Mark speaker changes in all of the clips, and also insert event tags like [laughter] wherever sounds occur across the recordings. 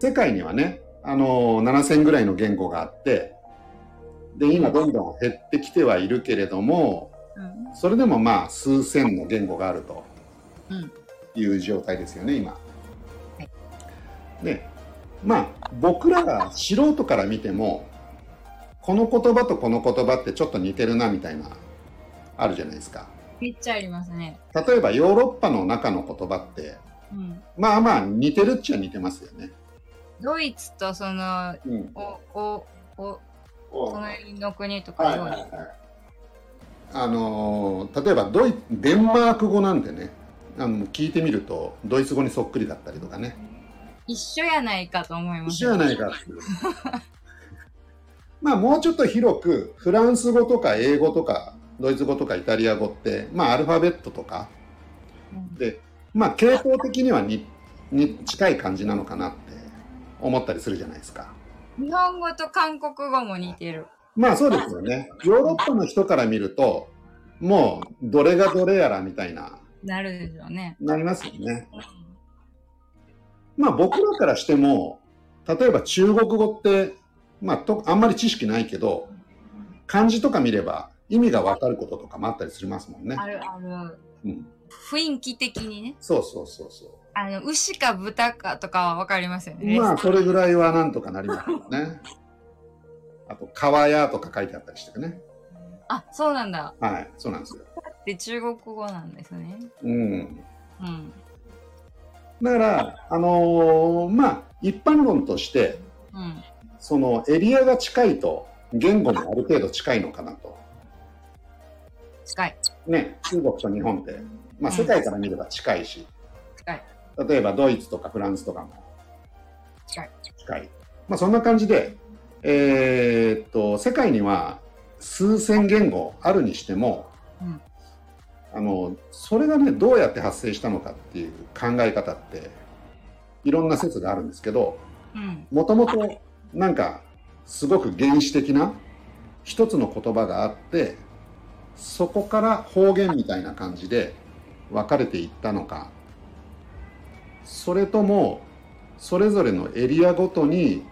Speaker 1: 世界にはね、あの7000ぐらいの言語があって、で、今どんどん減ってきてはいるけれども、
Speaker 2: うん
Speaker 1: それでもまあ数千の言語があると
Speaker 2: うん
Speaker 1: いう状態ですよね、今。
Speaker 2: はい
Speaker 1: で、まあ僕らが素人から見ても、この言葉とこの言葉ってちょっと似てるなみたいな、あるじゃないですか。
Speaker 2: めっちゃありますね。
Speaker 1: 例えばヨーロッパの中の言葉って、
Speaker 2: うん、
Speaker 1: まあまあ似てるっちゃ似てますよね。
Speaker 2: ドイツとその
Speaker 1: うん。
Speaker 2: おおお隣の国と
Speaker 1: は
Speaker 2: か
Speaker 1: い
Speaker 2: ど
Speaker 1: は
Speaker 2: う
Speaker 1: い
Speaker 2: に
Speaker 1: はい。あのー例えばドイデンマーク語なんてね、あの聞いてみるとドイツ語にそっくりだったりとかね。
Speaker 2: 一緒やないかと思いま
Speaker 1: 一
Speaker 2: す。
Speaker 1: 緒やないかっていう。 [laughs] まあもうちょっと広くフランス語とか英語とかドイツ語とかイタリア語ってまあアルファベットとか
Speaker 2: うん
Speaker 1: でまあ傾向的にはにに近い感じなのかなって思ったりするじゃないですか。
Speaker 2: 日本語と韓国語も似てる。
Speaker 1: まあそうですよね。ヨーロッパの人から見るともうどれがどれやらみたいな
Speaker 2: なるでしょうね。
Speaker 1: なりますよね。まあ僕らからしても例えば中国語って、まあ、とあんまり知識ないけど漢字とか見れば意味がわかることとかもあったりしますもんね。
Speaker 2: あるある。
Speaker 1: うん、
Speaker 2: 雰囲気的にね。
Speaker 1: そうそうそうそ
Speaker 2: あの、牛か豚かとかはわかりますよ
Speaker 1: う。
Speaker 2: ね。
Speaker 1: まあそれぐらいはなんとかなりますよね。あと「川屋」とか書いてあったりしてね。
Speaker 2: あ、そうなんだ。
Speaker 1: はいそうなんですよ。
Speaker 2: で、中国語なんですね。
Speaker 1: うん、
Speaker 2: うん。
Speaker 1: だからあのーまあ一般論として
Speaker 2: うん。
Speaker 1: そのエリアが近いと言語もある程度近いのかなと。
Speaker 2: 近い。
Speaker 1: ね、中国と日本って、まあ、
Speaker 2: うん
Speaker 1: 世界から見れば近いし、
Speaker 2: 近い。
Speaker 1: 例えばドイツとかフランスとかも
Speaker 2: 近い。
Speaker 1: 近い、まあ、そんな感じで、えーっと世界には数千言語あるにしても、
Speaker 2: うん
Speaker 1: あのそれがねどうやって発生したのかっていう考え方っていろんな説があるんですけど
Speaker 2: うん。
Speaker 1: もともとなんかすごく原始的な一つの言葉があってそこから方言みたいな感じで分かれていったのかそれともそれぞれのエリアごとに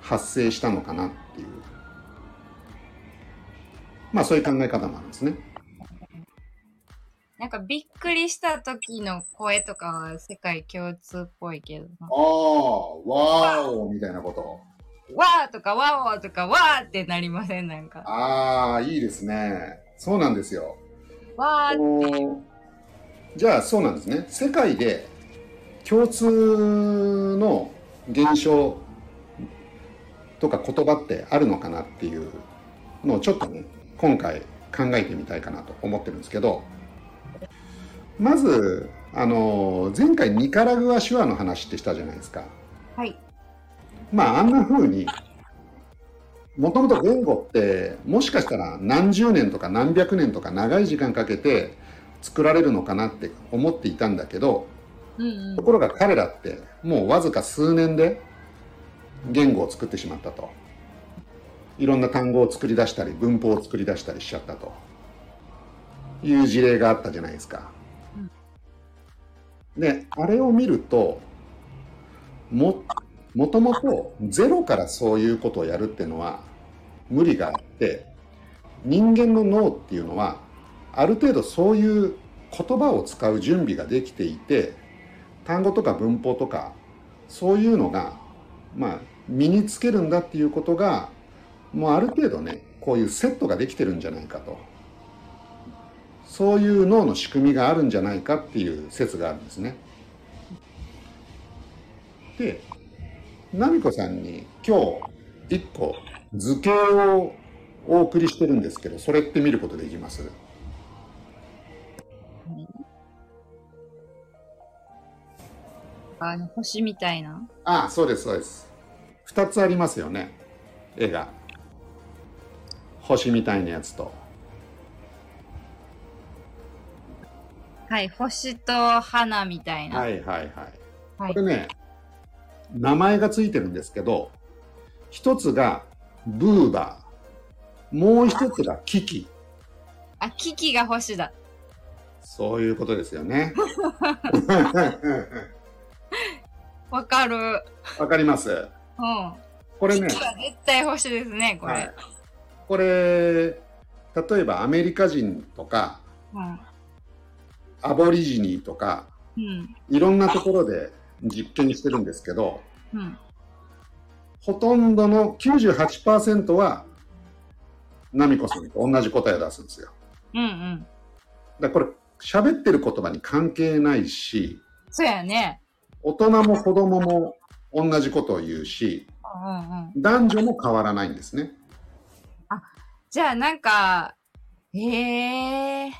Speaker 1: 発生したのかなっていうまあそういう考え方もあるんですね。
Speaker 2: なんかびっくりした時の声とかは世界共通っぽいけど
Speaker 1: あ
Speaker 2: な。
Speaker 1: あわーおみたいなこと
Speaker 2: わーとかわーとかわーってなりませんなんか。
Speaker 1: ああいいですねそうなんですよ。
Speaker 2: わ
Speaker 1: あ
Speaker 2: ー
Speaker 1: のじゃあそうなんですね世界で共通の現象とか言葉ってあるのかなっていうのをちょっとね今回考えてみたいかなと思ってるんですけどまずあの前回ニカラグア手話の話ってしたじゃないですか
Speaker 2: はい。
Speaker 1: まああんな風にもともと言語ってもしかしたら何十年とか何百年とか長い時間かけて作られるのかなって思っていたんだけど
Speaker 2: うんう
Speaker 1: と
Speaker 2: ん。
Speaker 1: ころが彼らってもうわずか数年で言語を作ってしまったといろんな単語を作り出したり文法を作り出したりしちゃったという事例があったじゃないですか。であれを見るとももともとゼロからそういうことをやるっていうのは無理があって人間の脳っていうのはある程度そういう言葉を使う準備ができていて単語とか文法とかそういうのが、まあ、身につけるんだっていうことがもうある程度ねこういうセットができてるんじゃないかとそういう脳の仕組みがあるんじゃないかっていう説があるんですね。で奈美子さんに今日一個図形をお送りしてるんですけどそれって見ることできます
Speaker 2: あの星みたいな。
Speaker 1: あそうですそうです2つありますよね絵が星みたいなやつと
Speaker 2: はい。星と花みたいな。
Speaker 1: はいはいはい、
Speaker 2: はい
Speaker 1: これね名前がついてるんですけど一つがブーバーもう一つがキキ
Speaker 2: あ、キキが星だ。
Speaker 1: そういうことですよね。
Speaker 2: わかる。うん。
Speaker 1: わかります
Speaker 2: こ
Speaker 1: これね、
Speaker 2: 絶対欲しいですね、これ。
Speaker 1: はい、これ例えばアメリカ人とかアボリジニとか
Speaker 2: うん。
Speaker 1: いろんなところで実験してるんですけど
Speaker 2: うん。
Speaker 1: ほとんどの98%はナミコさんと同じ答えを出すんですよ。
Speaker 2: うん。うん。
Speaker 1: だからこれ喋ってる言葉に関係ないし
Speaker 2: そうやね。
Speaker 1: 大人も子供も同じことを言うし
Speaker 2: うんうんうん。
Speaker 1: 男女も変わらないんですね。
Speaker 2: じゃあ、なんか、ええ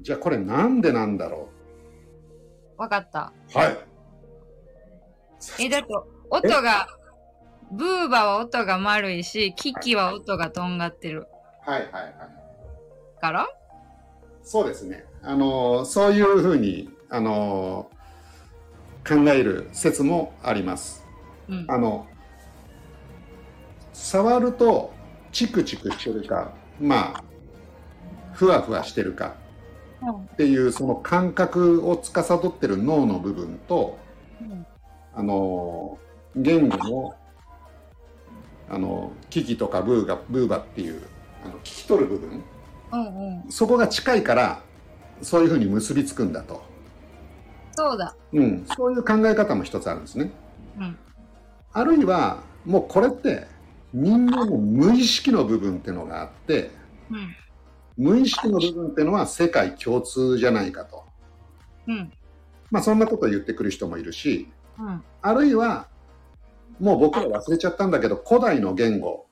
Speaker 1: じゃあこれなんでなんだろ
Speaker 2: ー、わかった。
Speaker 1: うはい。
Speaker 2: え、だと、音が、ブーバは音が丸いし、キキは音がとんがってる
Speaker 1: はいはいはい。
Speaker 2: から
Speaker 1: そうですね。あのーそういうふうにあのー考える説もあります。
Speaker 2: うん。
Speaker 1: あの触るとチクチクしてるか、まあふわふわしてるかっていうその感覚を司ってる脳の部分と、
Speaker 2: うん
Speaker 1: あのー言語のあのキキとかブーがブーバっていうあの聞き取る部分
Speaker 2: うんうん。
Speaker 1: そこが近いからそういうふうに結びつくんだと、
Speaker 2: そうだ。
Speaker 1: うん、そういう考え方も一つあるんですね
Speaker 2: うん。
Speaker 1: あるいはもうこれって人間の無意識の部分っていうのがあって
Speaker 2: うん。
Speaker 1: 無意識の部分っていうのは世界共通じゃないかと
Speaker 2: うん。
Speaker 1: まあそんなことを言ってくる人もいるし
Speaker 2: うん。
Speaker 1: あるいはもう僕ら忘れちゃったんだけど古代の言語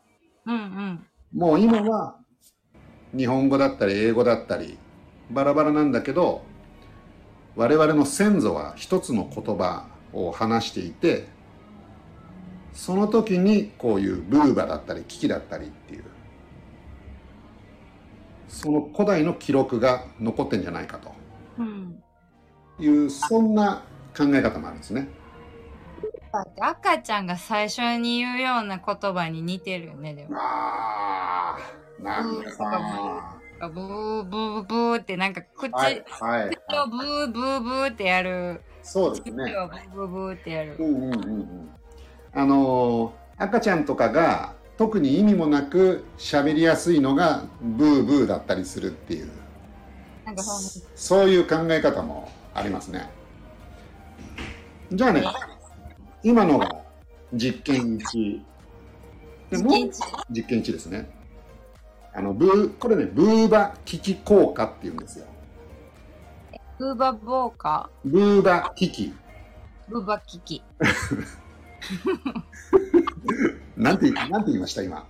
Speaker 2: うんうん。
Speaker 1: もう今は日本語だったり英語だったりバラバラなんだけど我々の先祖は一つの言葉を話していてその時にこういうブーバだったりキキだったりっていうその古代の記録が残ってんじゃないかと
Speaker 2: うん。
Speaker 1: いうそんな考え方もあるんですね。
Speaker 2: だって赤ちゃんが最初に言うような言葉に似てるよね、でも。
Speaker 1: ああ、なんかさ、
Speaker 2: ブーブーブーってなんか口、
Speaker 1: はい、はい、はい、
Speaker 2: 口をブーブーブーってやる。
Speaker 1: そうです
Speaker 2: 口をブ
Speaker 1: ね。
Speaker 2: ーブーブーってや
Speaker 1: う
Speaker 2: る。
Speaker 1: んうんうんうんあのー赤ちゃんとかが特に意味もなく喋りやすいのがブーブーだったりするっていう
Speaker 2: なんかその、
Speaker 1: そういう考え方もありますねじゃあね今のが実験1でもう
Speaker 2: 実験
Speaker 1: 実験1ですねあのブーこれねブーバ危機効果っていうんですよ
Speaker 2: ブーバボーカ
Speaker 1: ブーバ危機
Speaker 2: ブーバキキ。
Speaker 1: なんてなんて言いました今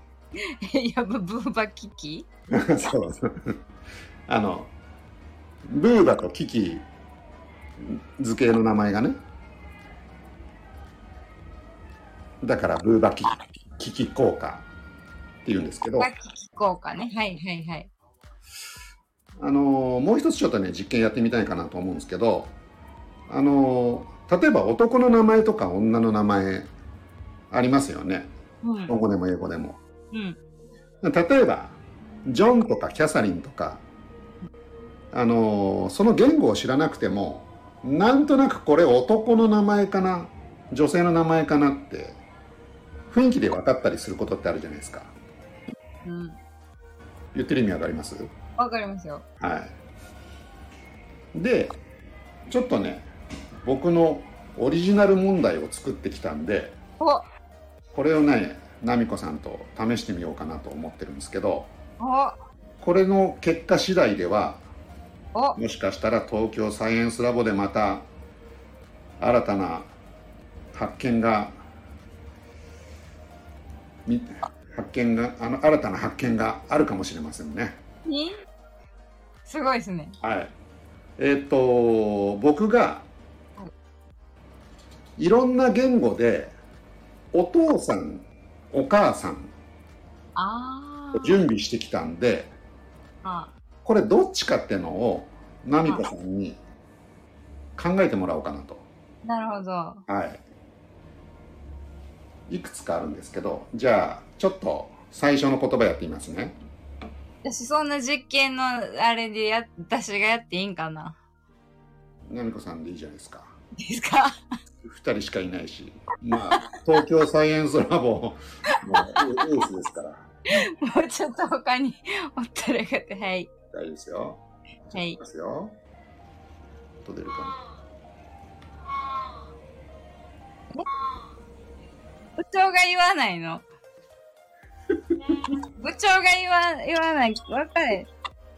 Speaker 2: いや、ブブーバキキ
Speaker 1: [laughs] そうそう。あの、ブーバとキキ図形の名前がね。だからブーバキキ、キキ効果っていうんですけ
Speaker 2: ブ
Speaker 1: ど、
Speaker 2: ー
Speaker 1: あ
Speaker 2: バキキ効果ね。はいはいはい。
Speaker 1: のもう一つちょっとね、実験やってみたいかなと思うんですけど、あの例えば男の名前とか女の名前ありますよね。
Speaker 2: うん。
Speaker 1: 日本語でも英語でも。
Speaker 2: うん。
Speaker 1: 例えばジョンとかキャサリンとかあのーその言語を知らなくてもなんとなくこれ男の名前かな女性の名前かなって雰囲気で分かったりすることってあるじゃないですか
Speaker 2: うん。
Speaker 1: 言ってる意味わかります
Speaker 2: わかりますよ。
Speaker 1: はいでちょっとね僕のオリジナル問題を作ってきたんで
Speaker 2: おお
Speaker 1: これをねナミコさんと試してみようかなと思ってるんですけどこれの結果次第では
Speaker 2: お
Speaker 1: もしかしたら東京サイエンスラボでまた新たな発見がみ発見があの新たな発見があるかもしれませんね。
Speaker 2: にすごいですね。
Speaker 1: はい。えっ、と僕が
Speaker 2: はい
Speaker 1: いろんな言語でお父さんお母さん
Speaker 2: あ
Speaker 1: を準備してきたんで
Speaker 2: あ。
Speaker 1: これどっちかってのをナミコさんに考えてもらおうかなと。
Speaker 2: なるほど。
Speaker 1: はい。いくつかあるんですけど、じゃあ、ちょっと最初の言葉やってみますね。
Speaker 2: 私、そんな実験のあれでや、私がやっていいんかな
Speaker 1: なみこさんでいいじゃないですか。
Speaker 2: ですか [laughs]
Speaker 1: 2人しかいないし、まあ、東京サイエンスラボ、もうエースですから、
Speaker 2: もうちょっと他におったらよかった。はい。
Speaker 1: 大丈夫ですよ。
Speaker 2: はい
Speaker 1: いきますよ。音出るかな。
Speaker 2: 部長が言わないの。部長が言わ言わない。わかる。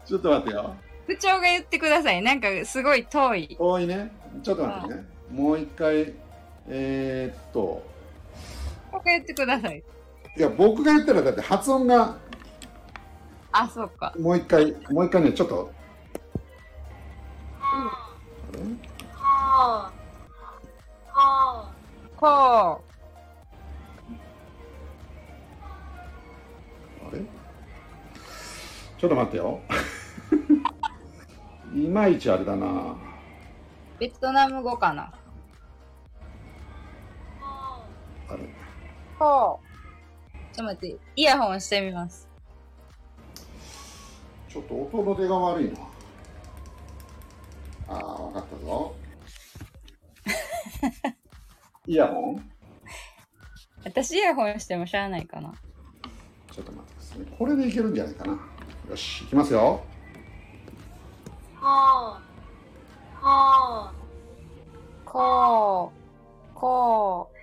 Speaker 1: ちょっと待ってよ。
Speaker 2: 部長が言ってください。なんかすごい遠い。
Speaker 1: 遠いね。ちょっと待ってね。もう一回、えーっと、
Speaker 2: 部長が言ってください。
Speaker 1: いや、僕が言ったらだって発音が、
Speaker 2: あ、そうか。
Speaker 1: もう一回、もう一回ね、ちょっと。あれ
Speaker 2: こう。
Speaker 1: あれちょっと待ってよ。 [laughs] いまいちあれだな。
Speaker 2: ベトナム語かな。
Speaker 1: あれ
Speaker 2: こう。ちょっと待って。イヤホンしてみます。
Speaker 1: ちょっと音の出が悪いな。ああ、わかったぞ。イヤホン
Speaker 2: 私イヤホンしてもしゃあないかな。
Speaker 1: ちょっと待ってくださいね。これでいけるんじゃないかな。よし、いきますよ。
Speaker 2: こう。こう。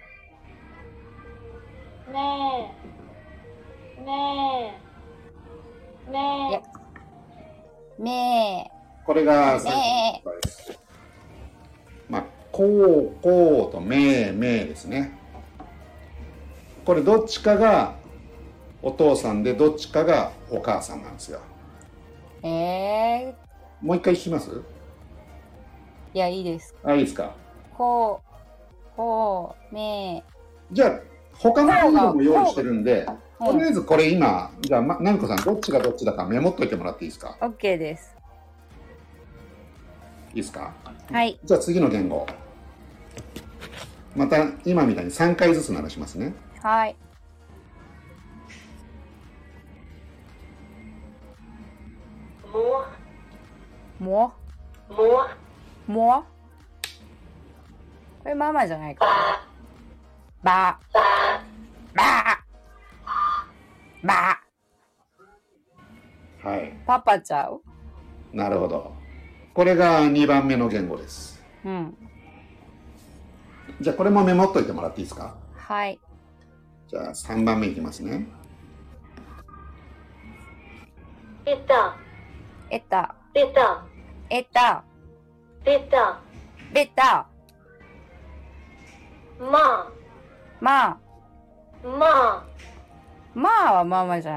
Speaker 2: め
Speaker 1: これが
Speaker 2: ー。
Speaker 1: 最初
Speaker 2: めー。
Speaker 1: まあ、こう、こうと、めい、めいですね。これ、どっちかがお父さんで、どっちかがお母さんなんですよ。
Speaker 2: え
Speaker 1: もう一回聞きます
Speaker 2: ー。いや、いいです。
Speaker 1: あ、いいですか。
Speaker 2: こう。こう。め
Speaker 1: じゃあ、他の音楽も用意してるんで、
Speaker 2: ー。う
Speaker 1: とり
Speaker 2: ん
Speaker 1: あえずこれ今、じゃあ、ま、なみこさん、どっちがどっちだかメモっといてもらっていいですか
Speaker 2: オッケーです。
Speaker 1: いいですか
Speaker 2: はい。
Speaker 1: じゃあ次の言語。また、今みたいに3回ずつ鳴らしますね。
Speaker 2: はい。ももこれママじゃないか。ば。ば。ば。
Speaker 1: はい。
Speaker 2: パパちゃう
Speaker 1: なるほど。これが2番目の言語です。
Speaker 2: うん。
Speaker 1: じゃあこれもメモっといてもらっていいですか
Speaker 2: はい。
Speaker 1: じゃあ3番目いきますね。
Speaker 2: えた。えた。べた。まあ。まあはママじゃな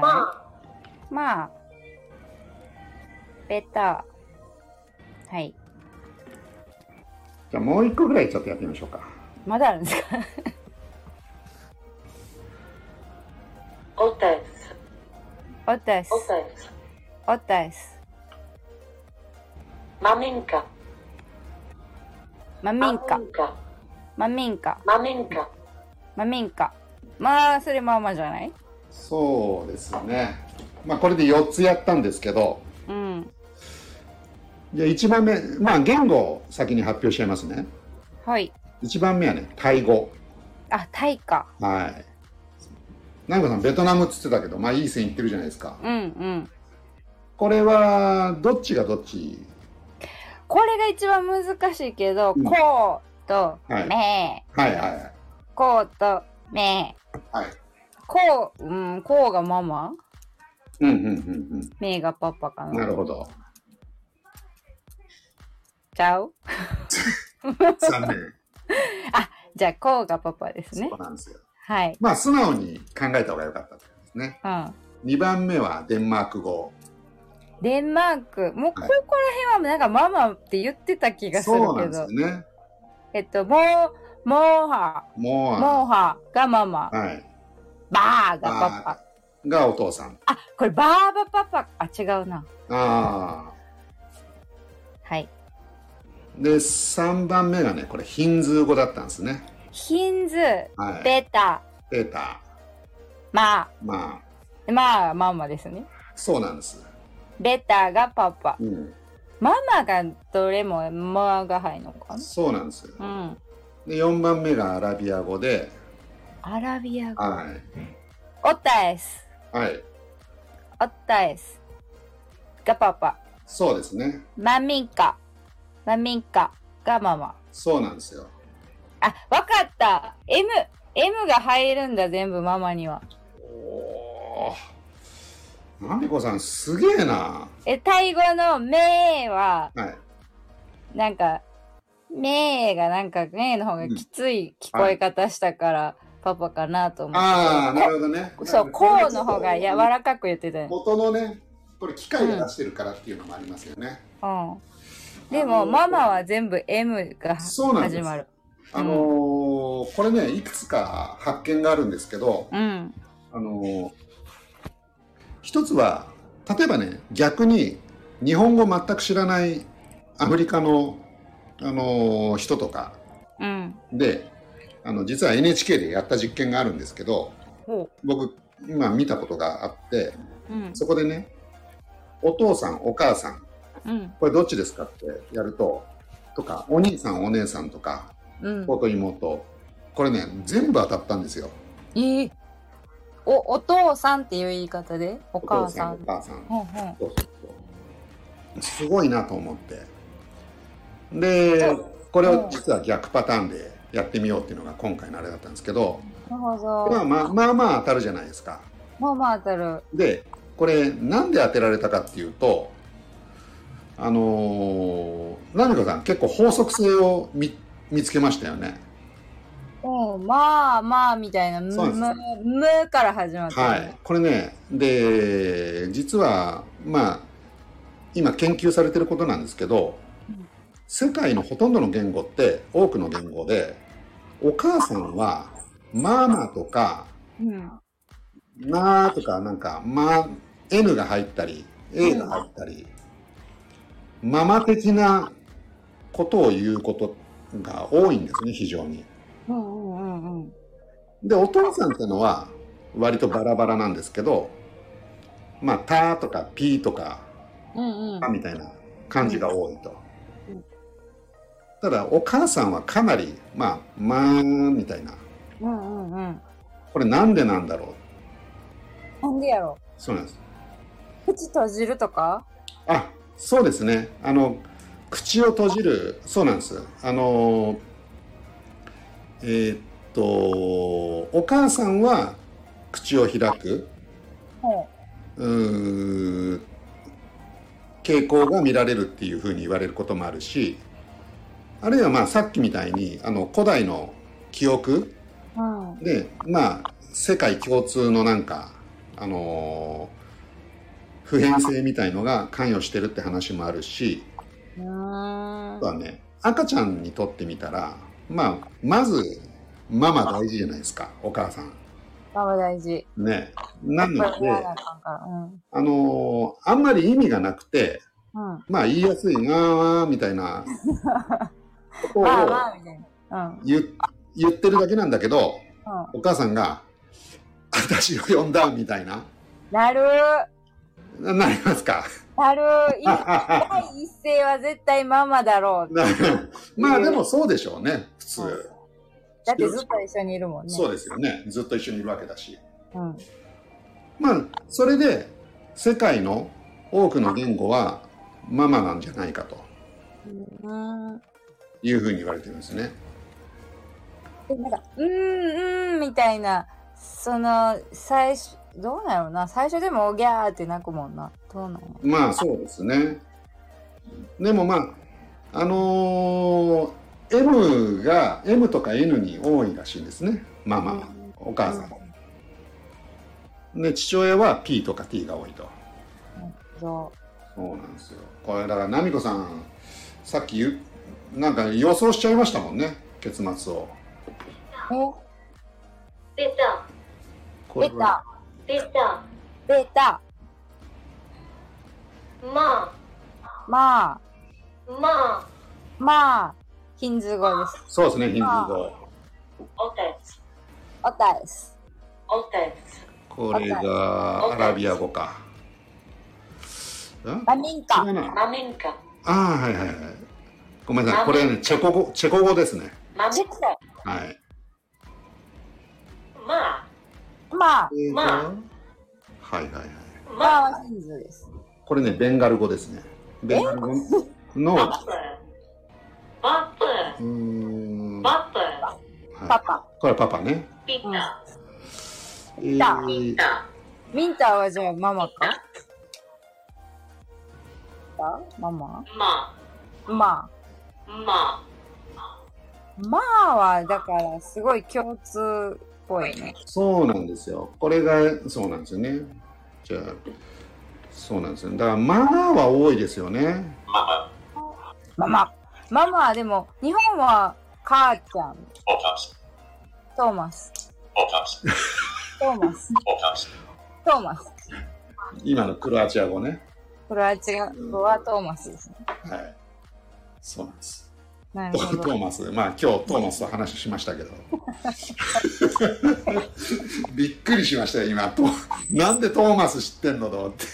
Speaker 2: いまあ。べた。はい。
Speaker 1: じゃあもう1個ぐらいちょっとやってみましょうか。
Speaker 2: まだあるんですか [laughs] おたす。おたす。
Speaker 3: Maminka,
Speaker 2: まみんか。
Speaker 3: maminka,
Speaker 2: まみんか。
Speaker 3: maminka,
Speaker 2: まみんか。まあ、それママじゃない
Speaker 1: そうですね。まあこれで4つやったんですけど、
Speaker 2: うん。
Speaker 1: じゃあ1番目、まあ言語を先に発表しちゃいますね。
Speaker 2: はい。
Speaker 1: 1番目はね、タイ語。
Speaker 2: あ、タイか。
Speaker 1: はい。南子さん、ベトナムっつってたけど、まあいい線いってるじゃないですか。
Speaker 2: うんうん。
Speaker 1: これは、どっちがどっち
Speaker 2: これが一番難しいけど、
Speaker 1: うん
Speaker 2: こうと
Speaker 1: はい
Speaker 2: め、
Speaker 1: はいはいはい。
Speaker 2: こうとめ、
Speaker 1: はい。
Speaker 2: こう、うん、こうがママ、
Speaker 1: うんうんうん
Speaker 2: めがパパか
Speaker 1: う
Speaker 2: な。
Speaker 1: ん。なるほど。
Speaker 2: ちゃう
Speaker 1: 残念。
Speaker 2: じゃあ、こうがパパですね
Speaker 1: そ。うなんですよ。
Speaker 2: はい。
Speaker 1: まあ素直に考えた方が良かったということですね。
Speaker 2: うん。
Speaker 1: 2番目はデンマーク語
Speaker 2: デンマーク、もうここら辺はなんかママって言ってた気がする
Speaker 1: そうな
Speaker 2: け
Speaker 1: んです
Speaker 2: ど
Speaker 1: よ、ね
Speaker 2: えっと、もう、もうは、
Speaker 1: もう
Speaker 2: もうはがママ、
Speaker 1: はい
Speaker 2: バーがパ
Speaker 1: あ
Speaker 2: パ。
Speaker 1: ーがお父さん
Speaker 2: あ、これバーバパパ、あ、違うな。
Speaker 1: あ
Speaker 2: はい。
Speaker 1: ーで3番目がねこれヒンズー語だったんですね
Speaker 2: ヒンズ、
Speaker 1: はい
Speaker 2: ベタ、
Speaker 1: ペータ
Speaker 2: まあ。
Speaker 1: ーまあ
Speaker 2: まあママですね。
Speaker 1: そうなんです、
Speaker 2: ベタがパパ。
Speaker 1: うん、
Speaker 2: ママがどれもマが入るのかな。
Speaker 1: そうなんですよ
Speaker 2: うん。
Speaker 1: で4番目がアラビア語で
Speaker 2: アラビア語。
Speaker 1: はい
Speaker 2: オタエス。
Speaker 1: はい
Speaker 2: オタエス。がパパ。
Speaker 1: そうですね
Speaker 2: マミンカ。マミンカ。がママ。
Speaker 1: そうなんですよ
Speaker 2: あ、わかった !M、M が入るんだ、全部、ママには。
Speaker 1: おーマリコさんすげえな
Speaker 2: え、タイ語のメーは、
Speaker 1: はい
Speaker 2: なんか、メーがなんか、メーの方がきつい聞こえ方したから、パパかなと思
Speaker 1: ああ
Speaker 2: っ
Speaker 1: な
Speaker 2: て。
Speaker 1: るほどね
Speaker 2: こそう、こうの方が柔らかく言ってたよね。
Speaker 1: 元のねこれ機械が出してるからっていうのもありますよね、
Speaker 2: うん。でも、ママは全部 M が
Speaker 1: そうなんです
Speaker 2: 始まる。
Speaker 1: あのーこれねいくつか発見があるんですけど、
Speaker 2: うん。
Speaker 1: あのー一つは例えばね逆に日本語全く知らないアフリカの、あのー人とか
Speaker 2: うん。
Speaker 1: であの実は NHK でやった実験があるんですけど
Speaker 2: ほ
Speaker 1: 僕今見たことがあって
Speaker 2: う。うん。
Speaker 1: そこでねお父さんお母さん
Speaker 2: うん。
Speaker 1: これどっちですかってやるととかお兄さんお姉さんとか
Speaker 2: うん。
Speaker 1: 弟妹これね全部当たったんですよ
Speaker 2: えーお、お父さんっていう言い方でお
Speaker 1: お
Speaker 2: 母
Speaker 1: 父
Speaker 2: さ
Speaker 1: さんお
Speaker 2: ん。
Speaker 1: 母さん
Speaker 2: ほうほう。
Speaker 1: そうそうそうすごいなと思ってでこれを実は逆パターンでやってみようっていうのが今回のあれだったんですけど
Speaker 2: なるほ
Speaker 1: ま
Speaker 2: ど。
Speaker 1: あまあまあまあ当たるじゃないですか
Speaker 2: ママ当たる。
Speaker 1: でこれなんで当てられたかっていうとあのー、ナミコさん結構法則性を見見つけましたよね
Speaker 2: うん、まあまあみたいな、む、
Speaker 1: そうです
Speaker 2: む、むから始まった、
Speaker 1: はい、これねで実はまあ今研究されてることなんですけど、
Speaker 2: うん
Speaker 1: 世界のほとんどの言語って多くの言語でお母さんは「マーマ」とか
Speaker 2: うん。
Speaker 1: 「な」とかなんか「ま」「N」が入ったり「A」が入ったり、ママ的なことを言うことが多いんですね非常に。
Speaker 2: うんうんうんうん。
Speaker 1: でお父さんってのは割とバラバラなんですけどまあ「た」とか「ぴ」とか
Speaker 2: うんう
Speaker 1: 「
Speaker 2: ん
Speaker 1: あ」。みたいな感じが多いと
Speaker 2: うん。
Speaker 1: ただお母さんはかなりまあ「まあ」みたいな
Speaker 2: うんうんうん。
Speaker 1: これなんでなんだろう
Speaker 2: なんでやろ
Speaker 1: そうなんです
Speaker 2: う。口閉じるとか
Speaker 1: あそうですねあの口を閉じるそうなんですあのえーっとお母さんは口を開く
Speaker 2: ほ
Speaker 1: うーん傾向が見られるっていうふうに言われることもあるしあるいはまあさっきみたいにあの古代の記憶
Speaker 2: う。うん。
Speaker 1: でまあ世界共通のなんかあのー普遍性みたいのが関与してるって話もあるし
Speaker 2: うー
Speaker 1: あ
Speaker 2: ん
Speaker 1: と。はね赤ちゃんにとってみたらまあまずママ大事じゃないですかお母さん。
Speaker 2: ママ大事。
Speaker 1: ねな
Speaker 2: これ
Speaker 1: の
Speaker 2: 言わ
Speaker 1: で
Speaker 2: なあかんから。うん。
Speaker 1: あのーあんまり意味がなくて
Speaker 2: うん。
Speaker 1: まあ言いやすいなあみたいなことを
Speaker 2: まあまあみたいな。うん。
Speaker 1: 言言ってるだけなんだけど
Speaker 2: うん。
Speaker 1: お母さんが「私を呼んだ」みたいな
Speaker 2: なる
Speaker 1: ななりますか [laughs]
Speaker 2: なるい第一声は絶対ママだろう。
Speaker 1: なまあでもそうでしょうね普通、
Speaker 2: うんだってずっと一緒にいるもんね。
Speaker 1: そうですよねずっと一緒にいるわけだし
Speaker 2: うん。
Speaker 1: まあそれで世界の多くの言語はママなんじゃないかと
Speaker 2: うん。
Speaker 1: いうふうに言われてるんですね
Speaker 2: でなんかうーんうーんみたいなその最初どうなのな最初でもギャーって泣くもんなどうなの
Speaker 1: まあそうですね。でもまああのー M が M とか N に多いらしいんですね。ママは、お母さんも。で父親は P とか T が多いと。
Speaker 2: そ
Speaker 1: そうなんですよ。これだから奈美子さんさっき言うなんか予想しちゃいましたもんね結末を。
Speaker 2: う
Speaker 4: 出た
Speaker 1: これ
Speaker 2: え出た
Speaker 4: 出た
Speaker 2: 出た
Speaker 4: ま
Speaker 2: まあ
Speaker 4: あまあ
Speaker 2: まあヒンズー語です
Speaker 1: そうですねヒンズー語。
Speaker 4: おたつ
Speaker 2: おたです
Speaker 4: おたつ
Speaker 1: これがアラビア語か。ん
Speaker 2: バミンカ
Speaker 1: 違うな
Speaker 4: マミンカ
Speaker 1: ああはいはいはい。ごめんなさい。これねチェコ語チェコ語ですね。
Speaker 4: ま
Speaker 2: チェッ
Speaker 4: ぶ
Speaker 2: ク
Speaker 1: はい。
Speaker 4: まあ
Speaker 2: まあ、
Speaker 4: ま
Speaker 1: はいはいはい。
Speaker 2: まあ
Speaker 4: まあ
Speaker 2: は真珠です。
Speaker 1: これね、ベンガル語ですね。ベンガル語の、
Speaker 4: バップバップ
Speaker 1: うーん、は
Speaker 4: バッ
Speaker 2: パ
Speaker 1: い、
Speaker 2: パ。
Speaker 1: これパパね。
Speaker 4: プピッタ
Speaker 1: えー
Speaker 2: た
Speaker 4: ピッタ
Speaker 2: ミンターはじゃあママ
Speaker 4: ピッ
Speaker 2: かママ
Speaker 4: タま
Speaker 2: ま
Speaker 4: あま
Speaker 2: あ。まあは、だから、すごい共通っぽいね。
Speaker 1: そうなんですよ。これが、そうなんですよね。じゃあ、そうなんですよ。だから、まあは多いですよね。
Speaker 2: ママ。ママはでも、日本は母ちゃん、トーマス、トーマス、トーマス。
Speaker 1: 今のクロアチア語ね。
Speaker 2: これは違う。これはトーマスですね。
Speaker 1: はい。そうなんです。
Speaker 2: な
Speaker 1: ト
Speaker 2: るほ
Speaker 1: ト
Speaker 2: ど。
Speaker 1: ーマス、まあ今日トーマスと話しましたけ
Speaker 2: [laughs]
Speaker 1: ど。びっくりしましたよ、今。となんでトーマス知ってんのと思って。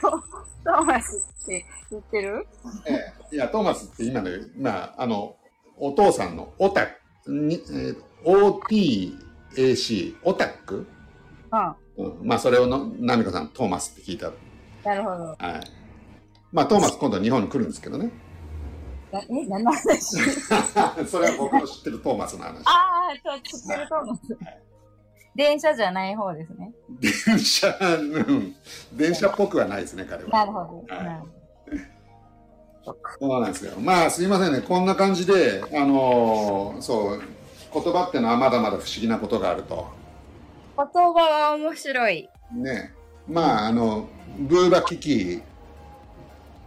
Speaker 2: トーマスって言ってる
Speaker 1: ええいや、トーマスって今の、まあ、あの、お父さんのオタに、えー OTAC、オタック、
Speaker 2: うん。
Speaker 1: うん、まあ、それをの、ナミコさん、トーマスって聞いた。
Speaker 2: なるほど。
Speaker 1: はい。まあ、トーマス今度日本に来るんですけどね。 [laughs]
Speaker 2: なえ、何の話
Speaker 1: それは僕の知ってるトーマスの話。
Speaker 2: ああ、そう、知ってるトーマス。電車じゃない方ですね。
Speaker 1: 電車、 [laughs] うん。電車っぽくはないですね、彼は。
Speaker 2: なるほど。
Speaker 1: はい
Speaker 2: なるほど
Speaker 1: そうなんですよ。まあすいませんね、こんな感じで、あのーそう、言葉ってのはまだまだ不思議なことがあると。
Speaker 2: 言葉は面白い。
Speaker 1: ね。まあ、あの、ブーバキキ、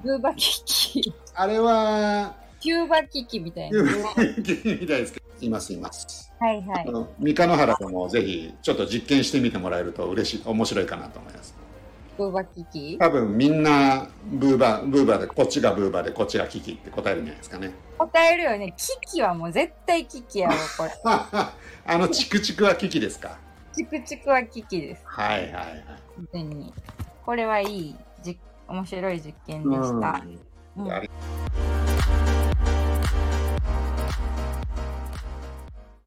Speaker 2: ブーバキキ。
Speaker 1: あれは、 [laughs]
Speaker 2: キューバキキみたい
Speaker 1: ブ
Speaker 2: な。
Speaker 1: ーバキキみたいですけど、いますいます。
Speaker 2: はいは
Speaker 1: あ
Speaker 2: い。
Speaker 1: の三日野原でもぜひ、ちょっと実験してみてもらえると嬉しい、面白いかなと思います。
Speaker 2: ブーバキキ。
Speaker 1: 多分みんな、ブーバ、ブーバで、こっちがブーバで、こっちがキキって答えるんじゃないですかね。 [laughs]
Speaker 2: 答えるよね。キキはもう絶対キキやろ、これ。
Speaker 1: あの、チクチクはキキですか。
Speaker 2: チクチクはキキです。
Speaker 1: はいはいはい。
Speaker 2: 本当に。これはいい、じ面白い実験でした。
Speaker 1: うん
Speaker 2: うん
Speaker 1: あり